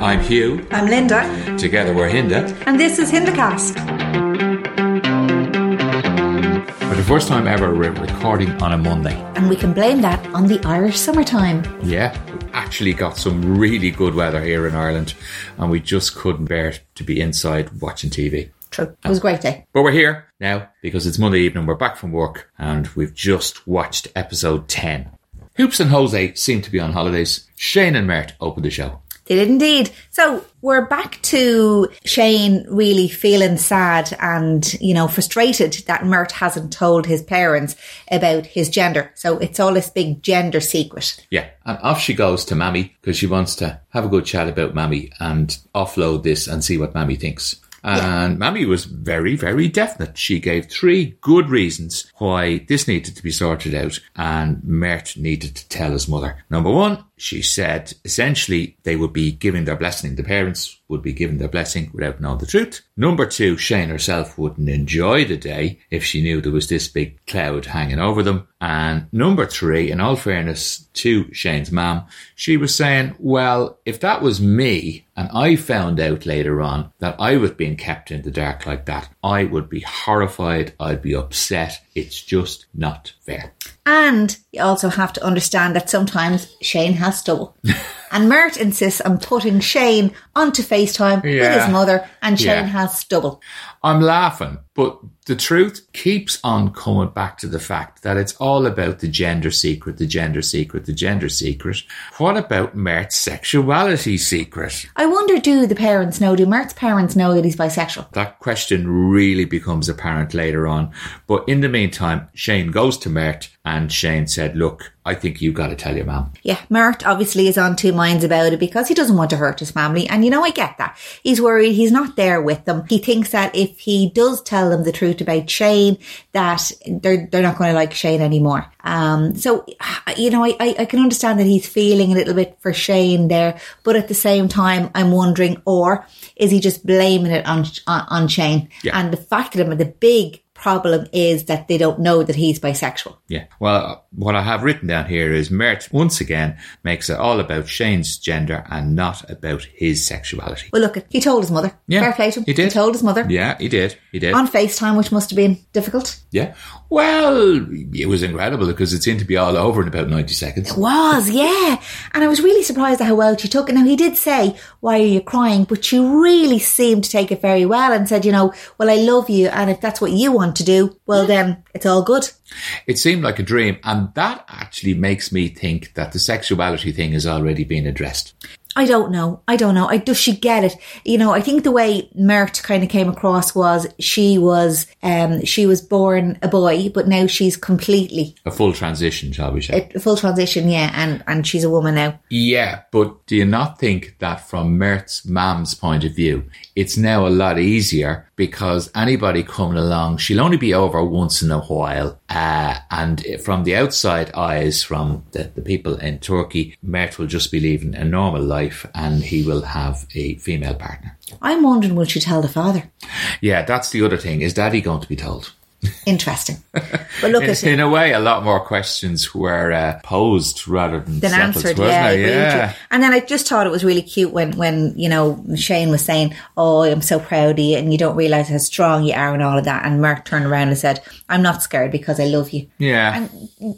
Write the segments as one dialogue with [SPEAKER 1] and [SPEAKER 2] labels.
[SPEAKER 1] I'm Hugh.
[SPEAKER 2] I'm Linda,
[SPEAKER 1] Together we're Hinda.
[SPEAKER 2] and this is Hindacast.
[SPEAKER 1] For the first time ever, we're recording on a Monday.
[SPEAKER 2] And we can blame that on the Irish summertime.
[SPEAKER 1] Yeah, we actually got some really good weather here in Ireland, and we just couldn't bear to be inside watching TV.
[SPEAKER 2] True. It was a great day.
[SPEAKER 1] But we're here now because it's Monday evening, we're back from work, and we've just watched episode 10. Hoops and Jose seem to be on holidays. Shane and Mert opened the show.
[SPEAKER 2] They did indeed. So we're back to Shane really feeling sad and, you know, frustrated that Mert hasn't told his parents about his gender. So it's all this big gender secret.
[SPEAKER 1] Yeah, and off she goes to Mammy because she wants to have a good chat about Mammy and offload this and see what Mammy thinks. And Mammy was very, very definite. She gave three good reasons why this needed to be sorted out and Mert needed to tell his mother. Number one, she said essentially they would be giving their blessing, the parents would be given their blessing without knowing the truth. Number two, Shane herself wouldn't enjoy the day if she knew there was this big cloud hanging over them. And number three, in all fairness to Shane's mum, she was saying, well, if that was me and I found out later on that I was being kept in the dark like that, I would be horrified. I'd be upset. It's just not fair.
[SPEAKER 2] And you also have to understand that sometimes Shane has stubble. and Mert insists on putting Shane onto FaceTime with
[SPEAKER 1] Yeah.
[SPEAKER 2] his mother, and Shane
[SPEAKER 1] Yeah.
[SPEAKER 2] has stubble.
[SPEAKER 1] I'm laughing, but the truth keeps on coming back to the fact that it's all about the gender secret, the gender secret, the gender secret. What about Mert's sexuality secret?
[SPEAKER 2] I wonder do the parents know, do Mert's parents know that he's bisexual?
[SPEAKER 1] That question really becomes apparent later on. But in the meantime, Shane goes to Mert and Shane said, Look, I think you got to tell your mum.
[SPEAKER 2] Yeah, Mert obviously is on two minds about it because he doesn't want to hurt his family. And you know, I get that. He's worried he's not there with them. He thinks that if he does tell them the truth about Shane, that they're, they're not going to like Shane anymore. Um, so, you know, I, I, I can understand that he's feeling a little bit for Shane there, but at the same time, I'm wondering, or is he just blaming it on, on, on Shane?
[SPEAKER 1] Yeah.
[SPEAKER 2] And the fact of the, the big problem is that they don't know that he's bisexual.
[SPEAKER 1] Yeah. Well, what I have written down here is Mert once again makes it all about Shane's gender and not about his sexuality.
[SPEAKER 2] Well, look, he told his mother.
[SPEAKER 1] Yeah,
[SPEAKER 2] Fair play to him.
[SPEAKER 1] he did.
[SPEAKER 2] He told his mother.
[SPEAKER 1] Yeah, he did. He did.
[SPEAKER 2] On FaceTime, which must have been difficult.
[SPEAKER 1] Yeah. Well, it was incredible because it seemed to be all over in about 90 seconds.
[SPEAKER 2] Was, yeah. And I was really surprised at how well she took it. Now, he did say, Why are you crying? But she really seemed to take it very well and said, You know, well, I love you. And if that's what you want to do, well, then it's all good.
[SPEAKER 1] It seemed like a dream. And that actually makes me think that the sexuality thing has already been addressed.
[SPEAKER 2] I don't know. I don't know. I, does she get it? You know, I think the way Mert kind of came across was she was, um, she was born a boy, but now she's completely
[SPEAKER 1] A full transition, shall we say?
[SPEAKER 2] a full transition. Yeah. And, and she's a woman now.
[SPEAKER 1] yeah, but do you not think that from Mert's mam's point of view, it's now a lot easier because anybody coming along, she'll only be over once in a while. Uh, and from the outside eyes, from the, the people in Turkey, Mert will just be leaving a normal life and he will have a female partner.
[SPEAKER 2] I'm wondering, will she tell the father?
[SPEAKER 1] Yeah, that's the other thing. Is daddy going to be told?
[SPEAKER 2] Interesting. But look at
[SPEAKER 1] In a way, a lot more questions were uh, posed rather than,
[SPEAKER 2] then
[SPEAKER 1] settled,
[SPEAKER 2] answered,
[SPEAKER 1] wasn't
[SPEAKER 2] yeah, I
[SPEAKER 1] it?
[SPEAKER 2] agree with you.
[SPEAKER 1] yeah.
[SPEAKER 2] And then I just thought it was really cute when, when you know Shane was saying, "Oh, I'm so proud of you," and you don't realize how strong you are and all of that. And Mark turned around and said, "I'm not scared because I love you."
[SPEAKER 1] Yeah.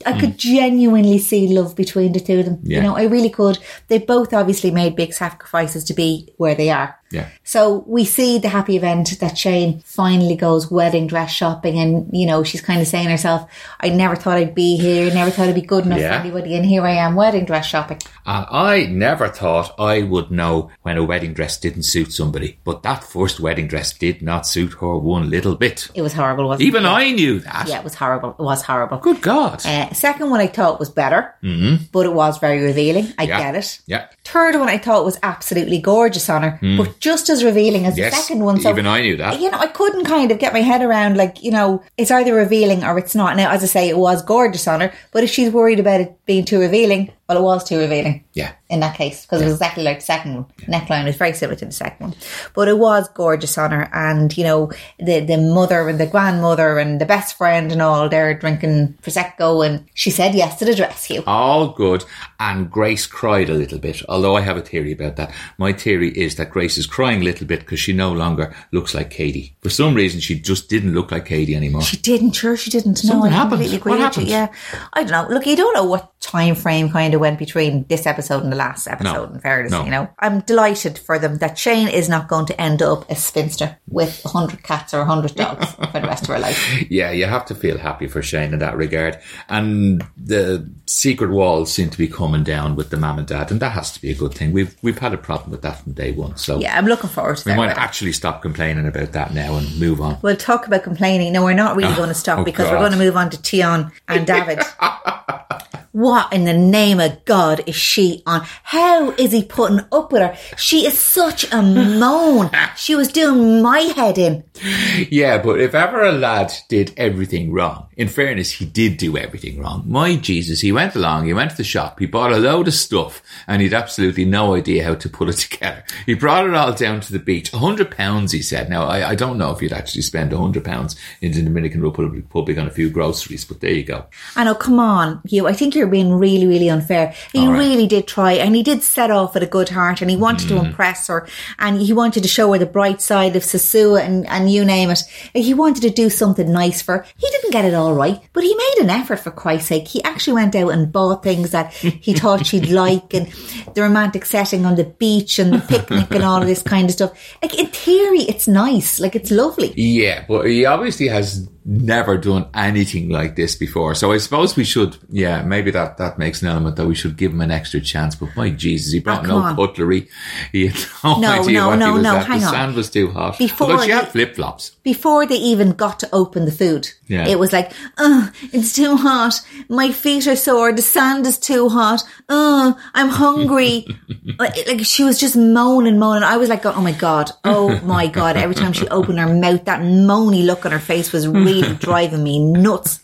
[SPEAKER 2] I could genuinely see love between the two of them.
[SPEAKER 1] Mm. Yeah.
[SPEAKER 2] You know, I really could. They both obviously made big sacrifices to be where they are.
[SPEAKER 1] Yeah.
[SPEAKER 2] So we see the happy event that Shane finally goes wedding dress shopping and, you know, she's kind of saying to herself, I never thought I'd be here, never thought I'd be good enough
[SPEAKER 1] Yeah.
[SPEAKER 2] for anybody and here I am wedding dress shopping.
[SPEAKER 1] And I never thought I would know when a wedding dress didn't suit somebody, but that first wedding dress did not suit her one little bit.
[SPEAKER 2] It was horrible, wasn't
[SPEAKER 1] Even
[SPEAKER 2] it?
[SPEAKER 1] I knew that.
[SPEAKER 2] Yeah, it was horrible. It was horrible.
[SPEAKER 1] Good God.
[SPEAKER 2] Uh, second one I thought was better, mm but it was very revealing. I
[SPEAKER 1] Mm-hmm. Yeah.
[SPEAKER 2] get it.
[SPEAKER 1] Yeah.
[SPEAKER 2] Third one I thought was absolutely gorgeous on her, but just as revealing as
[SPEAKER 1] Mm. Yes.
[SPEAKER 2] the second one. So
[SPEAKER 1] Even I knew that.
[SPEAKER 2] you know, I couldn't kind of get my head around like you know, it's either revealing or it's not. Now, as I say, it was gorgeous on her, but if she's worried about it being too revealing, Well, it was too revealing
[SPEAKER 1] Yeah.
[SPEAKER 2] in that case because it was exactly like the second one. Neckline was very similar to the second one, but it was gorgeous on her. And you know, the the mother and the grandmother and the best friend and all they're drinking prosecco, and she said yes to the rescue.
[SPEAKER 1] All good. And Grace cried a little bit, although I have a theory about that. My theory is that Grace is crying a little bit because she no longer looks like Katie. For some reason, she just didn't look like Katie anymore.
[SPEAKER 2] She didn't, sure she didn't. No,
[SPEAKER 1] Something
[SPEAKER 2] I
[SPEAKER 1] happened.
[SPEAKER 2] completely agree
[SPEAKER 1] What
[SPEAKER 2] with you.
[SPEAKER 1] happened?
[SPEAKER 2] Yeah, I don't know. Look, you don't know what time frame kind of went between this episode and the last episode.
[SPEAKER 1] No.
[SPEAKER 2] In fairness,
[SPEAKER 1] No.
[SPEAKER 2] you know, I'm delighted for them that Shane is not going to end up a spinster with hundred cats or hundred dogs for the rest of her life.
[SPEAKER 1] Yeah, you have to feel happy for Shane in that regard. And the secret walls seem to be coming down with the mum and dad, and that has to be a good thing. We've we've had a problem with that from day one, so
[SPEAKER 2] Yeah, I'm looking forward to
[SPEAKER 1] we
[SPEAKER 2] that.
[SPEAKER 1] might actually stop complaining about that now and move on.
[SPEAKER 2] We'll talk about complaining. No, we're not really going to stop
[SPEAKER 1] oh
[SPEAKER 2] because
[SPEAKER 1] God.
[SPEAKER 2] we're going to move on to Tion and David. what in the name of God is she on? How is he putting up with her? She is such a moan. She was doing my head in.
[SPEAKER 1] Yeah, but if ever a lad did everything wrong, in fairness, he did do everything wrong. My Jesus, he went along, he went to the shop, he bought a load of stuff, and he'd absolutely no idea how to put it together. He brought it all down to the beach. hundred pounds, he said. Now, I, I don't know if you'd actually spend hundred pounds in the Dominican Republic Republic on a few groceries, but there you go.
[SPEAKER 2] I know, come on, you. I think you're being really, really unfair. He
[SPEAKER 1] All right.
[SPEAKER 2] really did try and he did set off with a good heart and he wanted
[SPEAKER 1] Hmm.
[SPEAKER 2] to impress her and he wanted to show her the bright side of Sasua and, and you name it. Like, He wanted to do something nice for her. He didn't get it all right, but he made an effort for Christ's sake. He actually went out and bought things that he thought she'd like and the romantic setting on the beach and the picnic and all of this kind of stuff. Like in theory, it's nice. Like it's lovely.
[SPEAKER 1] Yeah, but he obviously has never done anything like this before. So I suppose we should, yeah, maybe that, that makes an element that we should give him an extra chance. But my Jesus, he brought no
[SPEAKER 2] Oh, come on.
[SPEAKER 1] cutlery. He had no,
[SPEAKER 2] No,
[SPEAKER 1] idea
[SPEAKER 2] no,
[SPEAKER 1] what
[SPEAKER 2] no,
[SPEAKER 1] he was
[SPEAKER 2] no,
[SPEAKER 1] at.
[SPEAKER 2] hang
[SPEAKER 1] the
[SPEAKER 2] on.
[SPEAKER 1] sand was too hot.
[SPEAKER 2] Before
[SPEAKER 1] Although she
[SPEAKER 2] he-
[SPEAKER 1] had flip flops.
[SPEAKER 2] before they even got to open the food.
[SPEAKER 1] Yeah.
[SPEAKER 2] It was like, oh, it's too hot. My feet are sore. The sand is too hot. Oh, I'm hungry. like like, she was just moaning, moaning. I was like, oh my God. Oh my God. Every time she opened her mouth, that moany look on her face was really driving me nuts.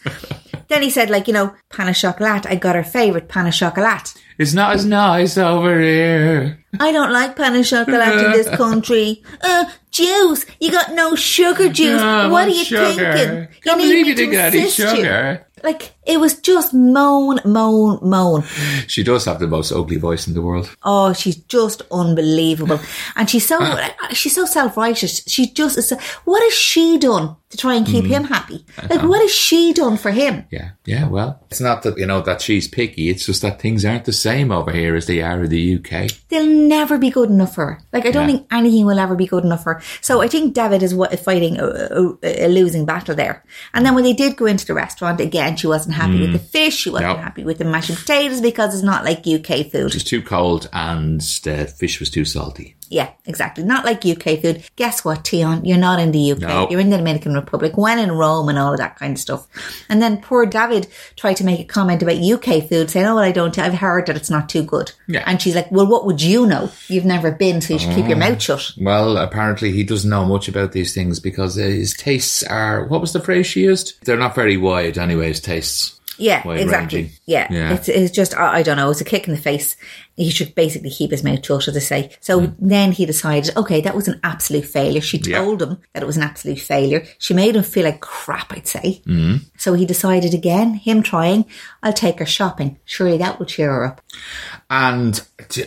[SPEAKER 2] Then he said, like, you know, pan au chocolat. I got her favorite pan au chocolat.
[SPEAKER 1] It's not as nice over here.
[SPEAKER 2] I don't like pan au chocolat in this country. Uh, juice. You got no sugar juice.
[SPEAKER 1] No,
[SPEAKER 2] what
[SPEAKER 1] no
[SPEAKER 2] are you
[SPEAKER 1] Ah, sugar.
[SPEAKER 2] thinking?
[SPEAKER 1] Can't
[SPEAKER 2] need
[SPEAKER 1] believe
[SPEAKER 2] me
[SPEAKER 1] you
[SPEAKER 2] to
[SPEAKER 1] didn't get any
[SPEAKER 2] assist you.
[SPEAKER 1] sugar.
[SPEAKER 2] Like, it was just moan, moan, moan.
[SPEAKER 1] She does have the most ugly voice in the world.
[SPEAKER 2] Oh, she's just unbelievable. And she's so,
[SPEAKER 1] Ah.
[SPEAKER 2] uh, she's so self-righteous. She just is, so- what has she done to try and keep
[SPEAKER 1] Hmm.
[SPEAKER 2] him happy?
[SPEAKER 1] Uh-huh.
[SPEAKER 2] Like, what has she done for him?
[SPEAKER 1] Yeah, yeah, well, it's not that, you know, that she's picky. It's just that things aren't the same over here as they are in the UK.
[SPEAKER 2] they'll never be good enough for her. Like I don't
[SPEAKER 1] Yeah.
[SPEAKER 2] think anything will ever be good enough for her. So I think David is what fighting a, a, a losing battle there. And then when they did go into the restaurant again, she wasn't happy with the
[SPEAKER 1] Mm.
[SPEAKER 2] fish. She wasn't
[SPEAKER 1] No.
[SPEAKER 2] happy with the mashed potatoes because it's not like UK food.
[SPEAKER 1] It was too cold and the fish was too salty.
[SPEAKER 2] Yeah, exactly. Not like UK food. Guess what, Tion? You're not in the UK.
[SPEAKER 1] No.
[SPEAKER 2] You're in the Dominican Republic. When in Rome and all of that kind of stuff. And then poor David tried to make a comment about UK food, saying, "Oh, well, I don't. I've heard that it's not too good."
[SPEAKER 1] Yeah.
[SPEAKER 2] And she's like, "Well, what would you know? You've never been, so you should keep your
[SPEAKER 1] Mm.
[SPEAKER 2] mouth shut."
[SPEAKER 1] Well, apparently he doesn't know much about these things because his tastes are what was the phrase she used? They're not very wide, anyway. His tastes.
[SPEAKER 2] Yeah,
[SPEAKER 1] wide
[SPEAKER 2] exactly.
[SPEAKER 1] ranging.
[SPEAKER 2] Yeah.
[SPEAKER 1] Yeah.
[SPEAKER 2] It's, it's just, I, I don't know, it's a kick in the face. He should basically keep his mouth shut, as I say. So then he decided, okay, that was an absolute failure. She
[SPEAKER 1] Hmm. Yeah.
[SPEAKER 2] told him that it was an absolute failure. She made him feel like crap, I'd say.
[SPEAKER 1] Hmm.
[SPEAKER 2] Mm. So he decided again, him trying, I'll take her shopping. Surely that will cheer her up.
[SPEAKER 1] And t-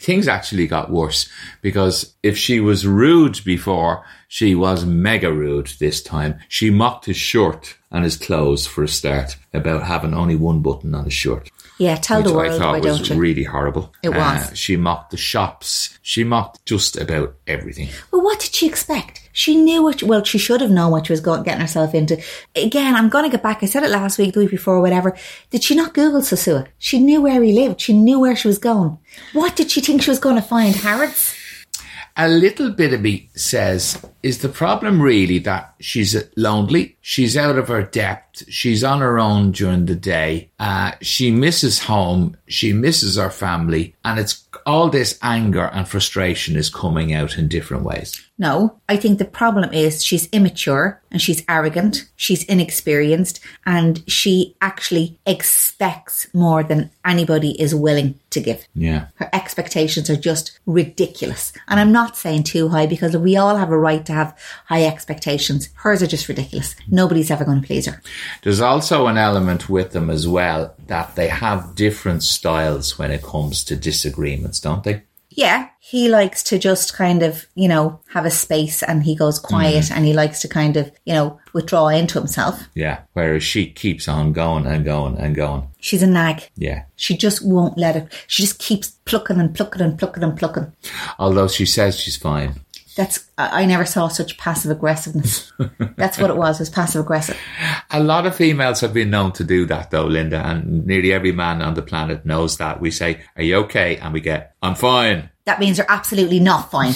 [SPEAKER 1] things actually got worse because if she was rude before, she was mega rude this time. She mocked his shirt and his clothes for a start about having only one button on his shirt.
[SPEAKER 2] Yeah, tell the
[SPEAKER 1] which
[SPEAKER 2] world,
[SPEAKER 1] I thought
[SPEAKER 2] why
[SPEAKER 1] was
[SPEAKER 2] don't you?
[SPEAKER 1] really horrible. Uh,
[SPEAKER 2] It was.
[SPEAKER 1] she mocked the shops. She mocked just about everything.
[SPEAKER 2] Well, what did she expect? She knew what, well, she should have known what she was going, getting herself into. Again, I'm going to get back. I said it last week, the week before, whatever. Did she not Google Sasua? She knew where he lived. She knew where she was going. What did she think she was going to find? Harrods?
[SPEAKER 1] a little bit of me says, is the problem really that she's lonely? She's out of her depth. She's on her own during the day. Uh, she misses home. She misses her family. And it's all this anger and frustration is coming out in different ways.
[SPEAKER 2] No, I think the problem is she's immature and she's arrogant, she's inexperienced, and she actually expects more than anybody is willing to give.
[SPEAKER 1] Yeah.
[SPEAKER 2] Her expectations are just ridiculous. And I'm not saying too high because we all have a right to have high expectations. Hers are just ridiculous. Nobody's ever going to please her.
[SPEAKER 1] There's also an element with them as well that they have different styles when it comes to disagreements, don't they?
[SPEAKER 2] Yeah, he likes to just kind of, you know, have a space and he goes quiet and he likes to kind of, you know, withdraw into himself.
[SPEAKER 1] Yeah. Whereas she keeps on going and going and going.
[SPEAKER 2] She's a nag.
[SPEAKER 1] Yeah.
[SPEAKER 2] She just won't let it. She just keeps plucking and plucking and plucking and plucking.
[SPEAKER 1] Although she says she's fine.
[SPEAKER 2] That's I I never saw such passive aggressiveness. That's what it was. Was passive aggressive.
[SPEAKER 1] A lot of females have been known to do that though, Linda, and nearly every man on the planet knows that. We say, Are you okay? And we get, I'm fine.
[SPEAKER 2] That means they're absolutely not fine.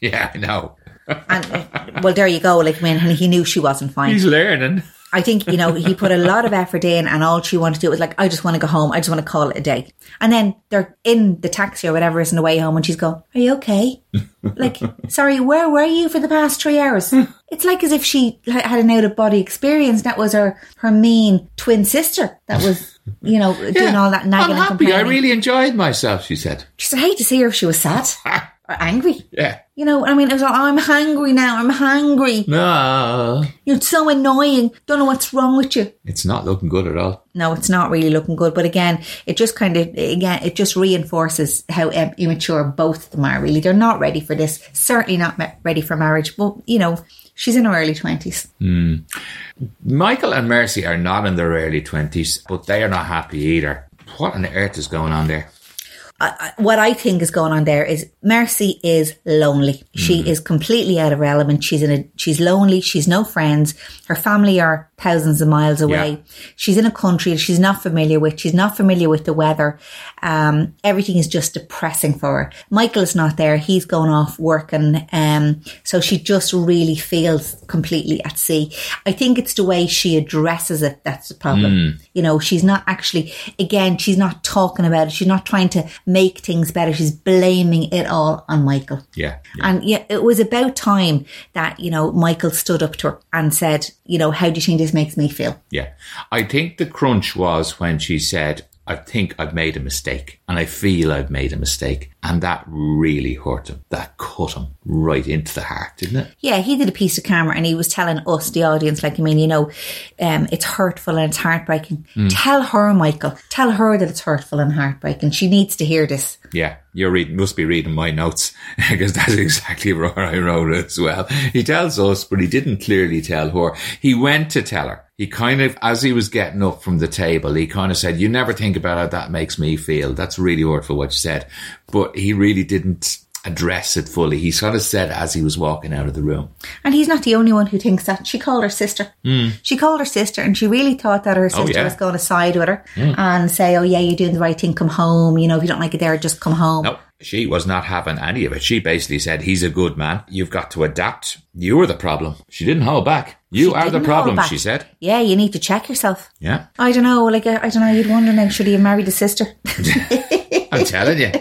[SPEAKER 1] Yeah, I know.
[SPEAKER 2] And uh, well, there you go. Like when he knew she wasn't fine.
[SPEAKER 1] He's learning.
[SPEAKER 2] I think, you know, he put a lot of effort in and all she wanted to do was like, I just want to go home. I just want to call it a day. And then they're in the taxi or whatever is on the way home and she's going, are you okay? like, sorry, where were you for the past three hours? it's like as if she li- had an out of body experience. That was her, her mean twin sister that was, you know, doing all that nagging
[SPEAKER 1] I'm
[SPEAKER 2] and
[SPEAKER 1] happy. I
[SPEAKER 2] complaining.
[SPEAKER 1] really enjoyed myself, she said.
[SPEAKER 2] she said, I hate to see her if she was sad or angry.
[SPEAKER 1] Yeah.
[SPEAKER 2] You know, I mean, it was like, I'm hungry now. I'm hungry.
[SPEAKER 1] No.
[SPEAKER 2] You're so annoying. Don't know what's wrong with you.
[SPEAKER 1] It's not looking good at all.
[SPEAKER 2] no, it's not really looking good. But again, it just kind of again it just reinforces how um, immature both of them are. Really, they're not ready for this. Certainly not ma- ready for marriage. But you know, she's in her early twenties.
[SPEAKER 1] Michael and Mercy are not in their early 20s, but they are not happy either. What on earth is going on there?
[SPEAKER 2] What I think is going on there is Mercy is lonely. She is completely out of her element. She's in a she's lonely. She's no friends. Her family are thousands of miles away.
[SPEAKER 1] Yeah.
[SPEAKER 2] She's in a country she's not familiar with. She's not familiar with the weather. Um, everything is just depressing for her. Michael's not there. He's gone off working. Um, so she just really feels completely at sea. I think it's the way she addresses it that's the problem. You know, she's not actually, again, she's not talking about it. She's not trying to make things better. She's blaming it all on Michael.
[SPEAKER 1] Yeah.
[SPEAKER 2] And yeah, it was about time that, you know, Michael stood up to her and said, you know, how do you think this makes me feel?
[SPEAKER 1] Yeah. I think the crunch was when she said, I think I've made a mistake and I feel I've made a mistake. And that really hurt him. That cut him right into the heart, didn't it?
[SPEAKER 2] Yeah, he did a piece of camera and he was telling us, the audience, like, I mean, you know, um, it's hurtful and it's heartbreaking. Tell her, Michael, tell her that it's hurtful and heartbreaking. She needs to hear this.
[SPEAKER 1] Yeah. You're reading, must be reading my notes because that's exactly where I wrote it as well. He tells us, but he didn't clearly tell her. He went to tell her. He kind of, as he was getting up from the table, he kind of said, you never think about how that makes me feel. That's really hurtful what you said. But he really didn't address it fully. He sort of said as he was walking out of the room.
[SPEAKER 2] And he's not the only one who thinks that. She called her sister. She called her sister and she really thought that her sister
[SPEAKER 1] yeah.
[SPEAKER 2] was going to side with her and say, oh, yeah, you're doing the right thing. Come home. You know, if you don't like it there, just come home.
[SPEAKER 1] No, she was not having any of it. She basically said, He's a good man. You've got to adapt. You are the problem. She didn't hold back. You
[SPEAKER 2] She
[SPEAKER 1] are the
[SPEAKER 2] didn't hold
[SPEAKER 1] problem,
[SPEAKER 2] back.
[SPEAKER 1] she said.
[SPEAKER 2] Yeah, you need to check yourself.
[SPEAKER 1] Yeah,
[SPEAKER 2] I don't know. Like, I, I don't know. You'd wonder now, should he have married his sister?
[SPEAKER 1] I'm telling you.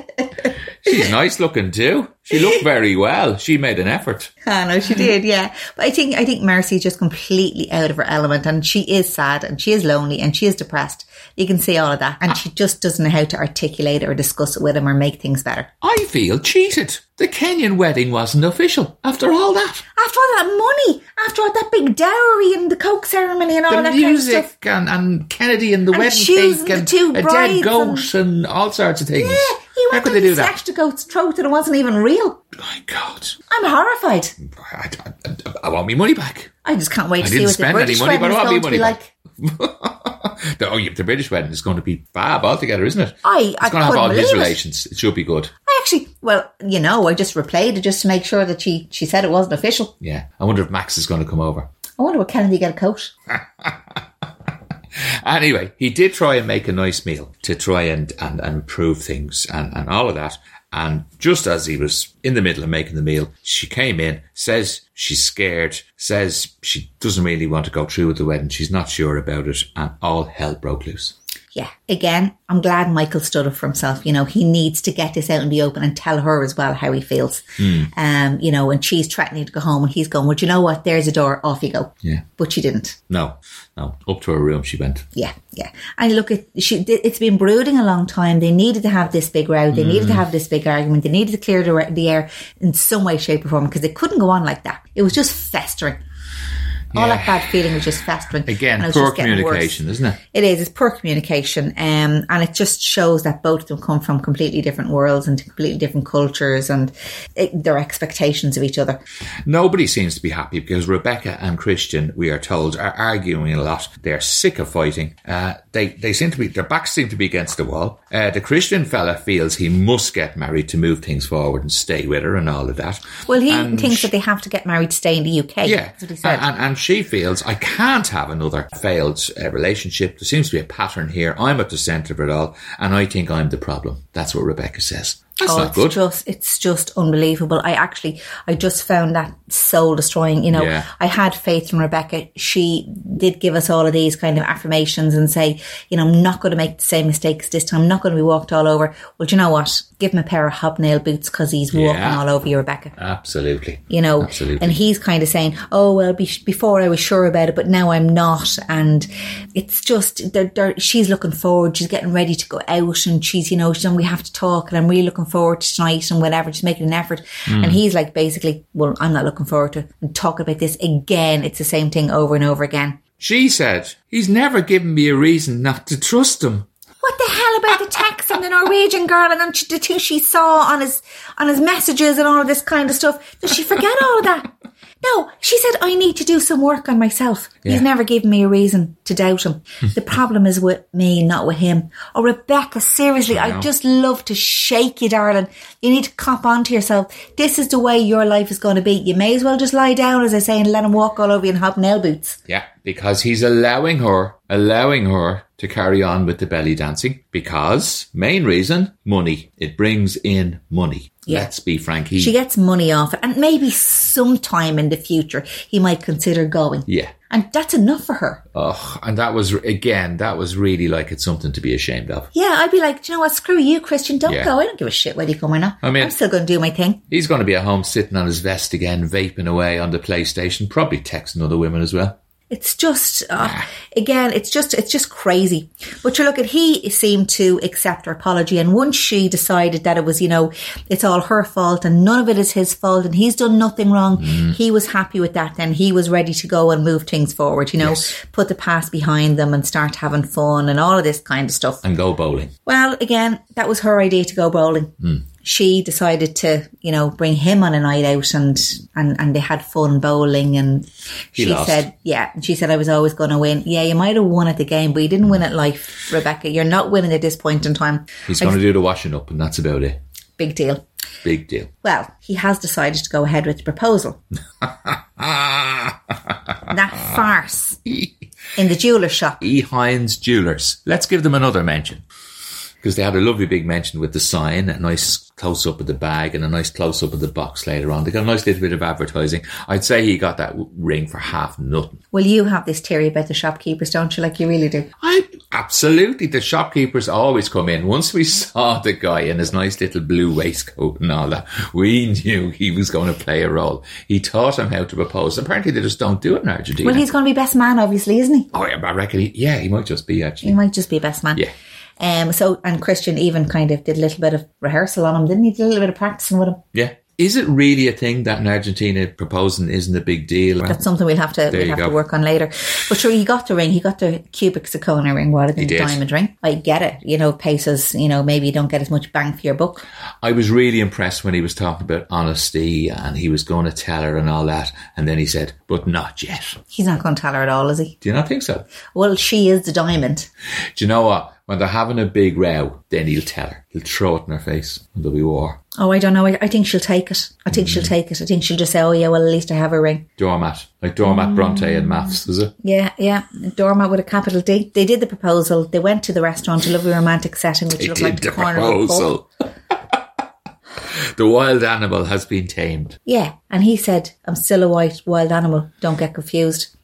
[SPEAKER 1] She's nice looking too. She looked very well. She made an effort.
[SPEAKER 2] I know
[SPEAKER 1] Mm.
[SPEAKER 2] she did, yeah. But I think I think Mercy's just completely out of her element, and she is sad, and she is lonely, and she is depressed. You can see all of that,
[SPEAKER 1] Ah.
[SPEAKER 2] and she just doesn't know how to articulate it or discuss it with him or make things better.
[SPEAKER 1] I feel cheated. The Kenyan wedding wasn't official after all that.
[SPEAKER 2] After all that money, after all that big dowry and the coke ceremony and all
[SPEAKER 1] The
[SPEAKER 2] that kind of stuff.
[SPEAKER 1] music and, and Kennedy and the wedding
[SPEAKER 2] choosing
[SPEAKER 1] cake
[SPEAKER 2] the
[SPEAKER 1] and
[SPEAKER 2] two
[SPEAKER 1] a
[SPEAKER 2] brides
[SPEAKER 1] dead goat and, all sorts of things.
[SPEAKER 2] Yeah, he
[SPEAKER 1] How
[SPEAKER 2] went
[SPEAKER 1] could
[SPEAKER 2] and
[SPEAKER 1] they
[SPEAKER 2] he
[SPEAKER 1] do that?
[SPEAKER 2] slashed a goat's throat, and it wasn't even real.
[SPEAKER 1] My God.
[SPEAKER 2] I'm horrified.
[SPEAKER 1] I, I, I want my money back.
[SPEAKER 2] I just can't wait
[SPEAKER 1] I
[SPEAKER 2] to see
[SPEAKER 1] didn't
[SPEAKER 2] what the
[SPEAKER 1] spend any
[SPEAKER 2] British
[SPEAKER 1] money, but
[SPEAKER 2] wedding is
[SPEAKER 1] I'll be
[SPEAKER 2] going to be
[SPEAKER 1] money back.
[SPEAKER 2] like.
[SPEAKER 1] the, oh, yeah, the British wedding is going to be fab altogether, isn't it?
[SPEAKER 2] I, I
[SPEAKER 1] it's going to
[SPEAKER 2] couldn't
[SPEAKER 1] have all
[SPEAKER 2] believe
[SPEAKER 1] his
[SPEAKER 2] it.
[SPEAKER 1] relations. It should be good.
[SPEAKER 2] I actually, well, you know, I just replayed it just to make sure that she she said it wasn't official.
[SPEAKER 1] Yeah. I wonder if Max is going to come over.
[SPEAKER 2] I wonder what Kennedy get a coat.
[SPEAKER 1] Anyway, he did try and make a nice meal to try and, and, and improve things and, and all of that. And just as he was in the middle of making the meal, she came in, says she's scared, says she doesn't really want to go through with the wedding, she's not sure about it, and all hell broke loose.
[SPEAKER 2] Yeah. Again, I'm glad Michael stood up for himself. You know, he needs to get this out in the open and tell her as well how he feels.
[SPEAKER 1] Hmm.
[SPEAKER 2] Um, you know, and she's threatening to go home and he's going, Well, do you know what? There's a door, off you go.
[SPEAKER 1] Yeah.
[SPEAKER 2] But she didn't.
[SPEAKER 1] No, no. Up to her room she went.
[SPEAKER 2] Yeah, yeah. And look, it, she, it's been brooding a long time. They needed to have this big row. They
[SPEAKER 1] Hmm.
[SPEAKER 2] needed to have this big argument. They needed to clear the, re- the air in some way, shape, or form because it couldn't go on like that. It was just festering. All
[SPEAKER 1] Yeah.
[SPEAKER 2] that bad feeling was just festering.
[SPEAKER 1] Again,
[SPEAKER 2] and it was
[SPEAKER 1] poor
[SPEAKER 2] just getting worse.
[SPEAKER 1] communication, isn't it?
[SPEAKER 2] It is. It's poor communication, um, and it just shows that both of them come from completely different worlds and completely different cultures and it, their expectations of each other.
[SPEAKER 1] Nobody seems to be happy because Rebecca and Christian, we are told, are arguing a lot. They are sick of fighting. Uh, they they seem to be their backs seem to be against the wall. Uh, the Christian fella feels he must get married to move things forward and stay with her and all of that.
[SPEAKER 2] Well, he
[SPEAKER 1] And
[SPEAKER 2] thinks that they have to get married to stay in the UK.
[SPEAKER 1] yeah, Uh,
[SPEAKER 2] that's what he said.
[SPEAKER 1] And, and she feels I can't have another failed uh, relationship. There seems to be a pattern here. I'm at the centre of it all, and I think I'm the problem. That's what Rebecca says. That's not
[SPEAKER 2] Oh, it's
[SPEAKER 1] good.
[SPEAKER 2] just it's just unbelievable. I actually I just found that soul destroying. You know,
[SPEAKER 1] Yeah.
[SPEAKER 2] I had faith from Rebecca. She did give us all of these kind of affirmations and say, you know, I'm not going to make the same mistakes this time. I'm not going to be walked all over. Well, do you know what? Give him a pair of hobnail boots because he's walking
[SPEAKER 1] Yeah.
[SPEAKER 2] all over you, Rebecca.
[SPEAKER 1] Absolutely.
[SPEAKER 2] You know,
[SPEAKER 1] Absolutely.
[SPEAKER 2] and he's kind of saying, "Oh well, be- before I was sure about it, but now I'm not." And it's just they're, they're, she's looking forward. She's getting ready to go out, and she's you know, she's, and we have to talk, and I'm really looking forward to tonight and whatever, just making an effort. And he's like, basically, "Well, I'm not looking forward to it. and talk about this again. It's the same thing over and over again."
[SPEAKER 1] She said, He's never given me a reason not to trust him.
[SPEAKER 2] What the hell about the text and the Norwegian girl and then she, the thing she saw on his on his messages and all of this kind of stuff? Does she forget all of that? No, she said I need to do some work on myself. He's
[SPEAKER 1] Yeah.
[SPEAKER 2] never given me a reason to doubt him. the problem is with me, not with him. Oh, Rebecca, seriously, I,
[SPEAKER 1] know.
[SPEAKER 2] just love to shake you, darling. You need to cop on to yourself. This is the way your life is going to be. You may as well just lie down, as I say, and let him walk all over you in hobnail boots.
[SPEAKER 1] Yeah, because he's allowing her, allowing her to carry on with the belly dancing because, main reason, money. It brings in money.
[SPEAKER 2] Yeah.
[SPEAKER 1] Let's be frank. He,
[SPEAKER 2] She gets money off it, and maybe sometime in the future he might consider going.
[SPEAKER 1] yeah.
[SPEAKER 2] And that's enough for her.
[SPEAKER 1] Oh, and that was, again, that was really like it's something to be ashamed of.
[SPEAKER 2] Yeah, I'd be like, Do you know what? Screw you, Christian. Don't
[SPEAKER 1] Yeah.
[SPEAKER 2] go. I don't give a shit whether you come or not.
[SPEAKER 1] I mean-
[SPEAKER 2] I'm still going to do my thing.
[SPEAKER 1] He's going to be at home sitting on his vest again, vaping away on the PlayStation, probably texting other women as well.
[SPEAKER 2] It's just uh, again, it's just it's just crazy. But you look at he seemed to accept her apology, and once she decided that it was you know it's all her fault and none of it is his fault, and he's done nothing wrong, he was happy with that. Then he was ready to go and move things forward. You know, put the past behind them and start having fun and all of this kind of stuff.
[SPEAKER 1] And go bowling.
[SPEAKER 2] Well, again, that was her idea to go bowling. She decided to, you know, bring him on a night out and, and, and they had fun bowling and she
[SPEAKER 1] lost.
[SPEAKER 2] said, yeah, and she said, I was always going to win. Yeah, you might have won at the game, but you didn't win at life, Rebecca. You're not winning at this point in time.
[SPEAKER 1] He's going to do the washing up, and that's about it.
[SPEAKER 2] Big deal.
[SPEAKER 1] Big deal.
[SPEAKER 2] Well, he has decided to go ahead with the proposal.
[SPEAKER 1] Ah.
[SPEAKER 2] that farce in the jeweller's shop.
[SPEAKER 1] E. Hines Jewelers. Let's give them another mention. Because they had a lovely big mention with the sign, a nice close up of the bag, and a nice close up of the box later on. They got a nice little bit of advertising. I'd say he got that w- ring for half nothing.
[SPEAKER 2] Well, you have this theory about the shopkeepers, don't you? Like you really do.
[SPEAKER 1] I absolutely. The shopkeepers always come in. Once we saw the guy in his nice little blue waistcoat and all that, we knew he was going to play a role. He taught him how to propose. Apparently, they just don't do it in Argentina.
[SPEAKER 2] Well, he's going to be best man, obviously, isn't he?
[SPEAKER 1] oh, yeah, I reckon. He, yeah, he might just be actually.
[SPEAKER 2] He might just be best man.
[SPEAKER 1] Yeah.
[SPEAKER 2] Um. So and Christian even kind of did a little bit of rehearsal on him, didn't he? Did a little bit of practicing with him.
[SPEAKER 1] Yeah. Is it really a thing that in Argentina proposing isn't a big deal?
[SPEAKER 2] That's something we'll have to we'll
[SPEAKER 1] you
[SPEAKER 2] have
[SPEAKER 1] go.
[SPEAKER 2] to work on later. But sure, he got the ring. He got the cubic zirconia ring rather than the
[SPEAKER 1] did.
[SPEAKER 2] diamond ring. I get it. You know, pesos. You know, maybe you don't get as much bang for your buck.
[SPEAKER 1] I was really impressed when he was talking about honesty and he was going to tell her and all that. And then he said, but not yet.
[SPEAKER 2] He's not going to tell her at all, is he?
[SPEAKER 1] Do you not think so?
[SPEAKER 2] Well, she is the diamond.
[SPEAKER 1] Do you know what? When they're having a big row, then he'll tell her. He'll throw it in her face and there'll be war.
[SPEAKER 2] Oh, I don't know. I, I think she'll take it. I think
[SPEAKER 1] Mm.
[SPEAKER 2] she'll take it. I think she'll just say, "Oh yeah, well at least I have a ring."
[SPEAKER 1] Doormat. Like Doormat Bronte in maths, is it?
[SPEAKER 2] Yeah, yeah. Doormat with a capital D. They did the proposal. They went to the restaurant, a lovely romantic setting, which
[SPEAKER 1] He
[SPEAKER 2] looked like the corner of a pub.
[SPEAKER 1] The wild animal has been tamed.
[SPEAKER 2] Yeah. And he said, I'm still a white wild animal. Don't get confused.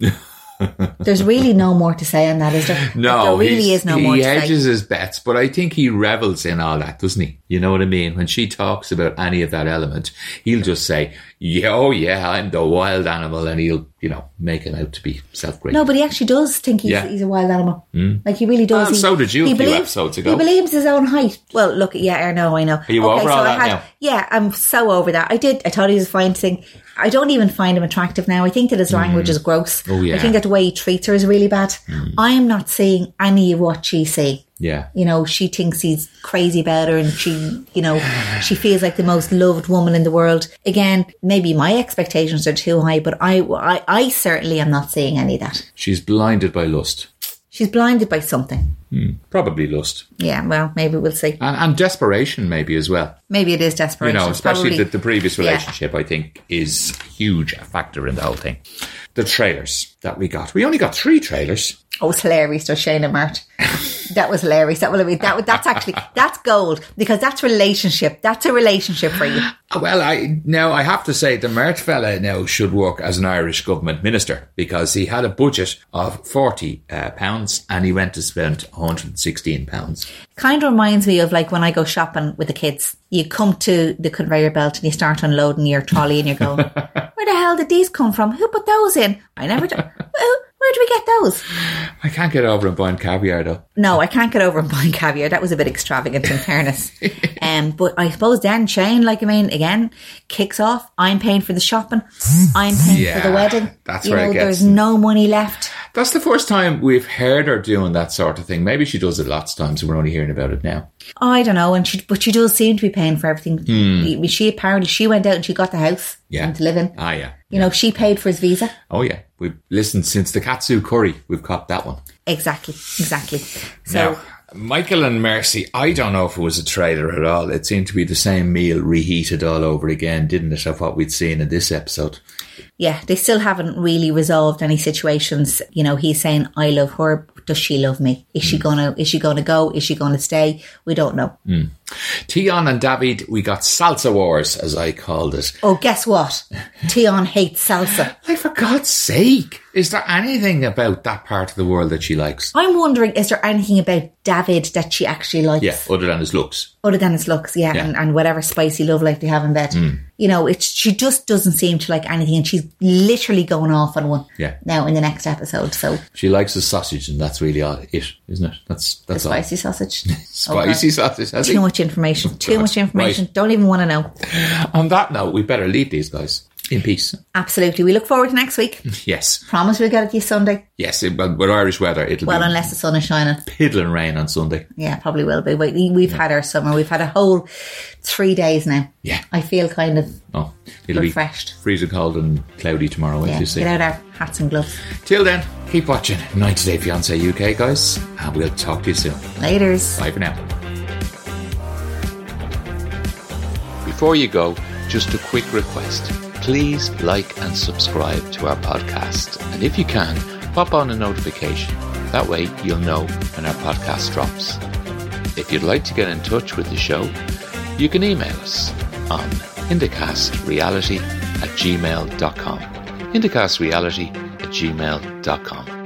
[SPEAKER 2] There's really no more to say on that, is there?
[SPEAKER 1] No,
[SPEAKER 2] there really
[SPEAKER 1] he's-
[SPEAKER 2] is no
[SPEAKER 1] he
[SPEAKER 2] more to say.
[SPEAKER 1] hedges his bets, but I think he revels in all that, doesn't he? You know what I mean? When she talks about any of that element, he'll just say, "Yeah, "Oh yeah, I'm the wild animal," and he'll, you know, make it out to be self-great.
[SPEAKER 2] No, but he actually does think he's,
[SPEAKER 1] Yeah.
[SPEAKER 2] he's a wild animal. Like he really does.
[SPEAKER 1] Um,
[SPEAKER 2] he,
[SPEAKER 1] so did you a
[SPEAKER 2] he
[SPEAKER 1] few episodes ago.
[SPEAKER 2] He believes his own height. Well, look, yeah, I know, I know. Are
[SPEAKER 1] you over all
[SPEAKER 2] I
[SPEAKER 1] that now?
[SPEAKER 2] Yeah, I'm so over that. I did. I thought he was a fine thing. I don't even find him attractive now. I think that his language is gross.
[SPEAKER 1] Hmm. Oh, yeah. Hmm.
[SPEAKER 2] I think that the way he treats her is really bad. I am not seeing any of what she's seeing.
[SPEAKER 1] Yeah,
[SPEAKER 2] you know, she thinks he's crazy about her and she, you know, she feels like the most loved woman in the world. Again, maybe my expectations are too high, but I, I, I certainly am not seeing any of that.
[SPEAKER 1] she's blinded by lust,
[SPEAKER 2] She's blinded by something.
[SPEAKER 1] probably lust,
[SPEAKER 2] Yeah, well, maybe we'll see.
[SPEAKER 1] and, and desperation maybe as well.
[SPEAKER 2] Maybe it is desperation.
[SPEAKER 1] You know, especially
[SPEAKER 2] probably.
[SPEAKER 1] the, the previous
[SPEAKER 2] Yeah.
[SPEAKER 1] relationship, I think, is huge a factor in the whole thing. The trailers that we got. We only got three trailers.
[SPEAKER 2] Oh, it's hilarious, though, Shane Mart. that was hilarious. That will be, that, that's actually, that's gold because that's relationship. That's a relationship for you.
[SPEAKER 1] Well, I now I have to say the Mert fella now should work as an Irish government minister because he had a budget of forty uh, pounds and he went to spend one hundred and sixteen pounds.
[SPEAKER 2] kind of reminds me of like when I go shopping with the kids. You come to the conveyor belt and you start unloading your trolley and you're going, where the hell did these come from? Who put those in? I never, do- where, where do we get those?
[SPEAKER 1] I can't get over him buying caviar though.
[SPEAKER 2] No, I can't get over and buying caviar. That was a bit extravagant in fairness. um, but I suppose then Shane, like I mean, again, kicks off. I'm paying for the shopping. I'm paying for
[SPEAKER 1] Yeah,
[SPEAKER 2] the wedding.
[SPEAKER 1] that's
[SPEAKER 2] you
[SPEAKER 1] where it
[SPEAKER 2] know,
[SPEAKER 1] gets
[SPEAKER 2] there's
[SPEAKER 1] them.
[SPEAKER 2] no money left.
[SPEAKER 1] That's the first time we've heard her doing that sort of thing. Maybe she does it lots of times and we're only hearing about it now.
[SPEAKER 2] I don't know, and she, but she does seem to be paying for everything. I mean, She apparently she went out and she got the house
[SPEAKER 1] Hmm. Yeah.
[SPEAKER 2] and to live in.
[SPEAKER 1] Ah yeah.
[SPEAKER 2] You know, she paid for his visa.
[SPEAKER 1] Oh yeah. We've listened since the katsu curry, we've caught that one.
[SPEAKER 2] Exactly, exactly. So,
[SPEAKER 1] Now, Michael and Mercy, I don't know if it was a trailer at all. It seemed to be the same meal reheated all over again, didn't it, of what we'd seen in this episode?
[SPEAKER 2] yeah, they still haven't really resolved any situations. You know, he's saying, I love her. Does she love me? Is
[SPEAKER 1] Mm.
[SPEAKER 2] she gonna, is she gonna go? Is she gonna stay? We don't know.
[SPEAKER 1] Tion and David, we got Salsa Wars, as I called it.
[SPEAKER 2] Oh, guess what? Tion hates salsa.
[SPEAKER 1] Like, for God's sake, is there anything about that part of the world that she likes?
[SPEAKER 2] I'm wondering, is there anything about David that she actually likes?
[SPEAKER 1] Yeah, other than his looks.
[SPEAKER 2] Other than his looks, yeah, And, and whatever spicy love life they have in bed.
[SPEAKER 1] Mm.
[SPEAKER 2] You know, it's, she just doesn't seem to like anything and she's literally going off on one
[SPEAKER 1] Yeah.
[SPEAKER 2] now in the next episode. So,
[SPEAKER 1] She likes his sausage, and that's really all it, isn't it? That's that's all.
[SPEAKER 2] spicy sausage. Okay.
[SPEAKER 1] Spicy sausage, has he?
[SPEAKER 2] Too much information. Too
[SPEAKER 1] God.
[SPEAKER 2] much information. Don't even want to know.
[SPEAKER 1] On that note, we better leave these guys in peace.
[SPEAKER 2] Absolutely. We look forward to next week.
[SPEAKER 1] Hmm. Yes,
[SPEAKER 2] Promise we'll get it to you Sunday.
[SPEAKER 1] yes. It, well, with Irish weather, it'll
[SPEAKER 2] Well,
[SPEAKER 1] be
[SPEAKER 2] unless the sun is shining.
[SPEAKER 1] piddling rain on Sunday.
[SPEAKER 2] Yeah, probably will be. We- We've had our summer. We've had a whole three days now.
[SPEAKER 1] Yeah.
[SPEAKER 2] I feel kind of
[SPEAKER 1] Oh, it'll be
[SPEAKER 2] refreshed.
[SPEAKER 1] freezing cold and cloudy tomorrow, as
[SPEAKER 2] Yeah.
[SPEAKER 1] you see.
[SPEAKER 2] Get out our hats and gloves.
[SPEAKER 1] Till then, keep watching 90 Day Fiance UK, guys, and we'll talk to you soon.
[SPEAKER 2] Laters.
[SPEAKER 1] Bye for now. Before you go, just a quick request. Please like and subscribe to our podcast. And if you can, pop on a notification. That way you'll know when our podcast drops. If you'd like to get in touch with the show, you can email us on indicastreality at gmail.com. Indicastreality at gmail.com.